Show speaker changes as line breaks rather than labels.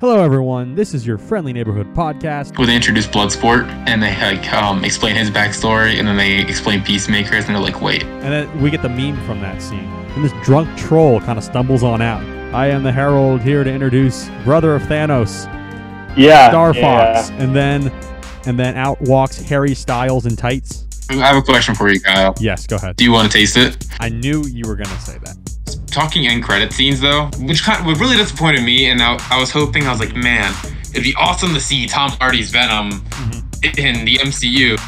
Hello, everyone. This is your friendly neighborhood podcast.
Well, they introduce Bloodsport and they like um, explain his backstory and then they explain Peacemakers and they're like, wait,
And then we get the meme from that scene. And this drunk troll kind of stumbles on out. I am the Herald here to introduce brother of Thanos,
Yeah.
Star
yeah.
Fox. And then and then out walks Harry Styles in tights.
I have a question for you, Kyle.
Yes, go ahead.
Do you want to taste it?
I knew you were going to say that.
Talking end credit scenes though, which kind of, what really disappointed me, and I, I was hoping I was like, man, it'd be awesome to see Tom Hardy's Venom in the MCU.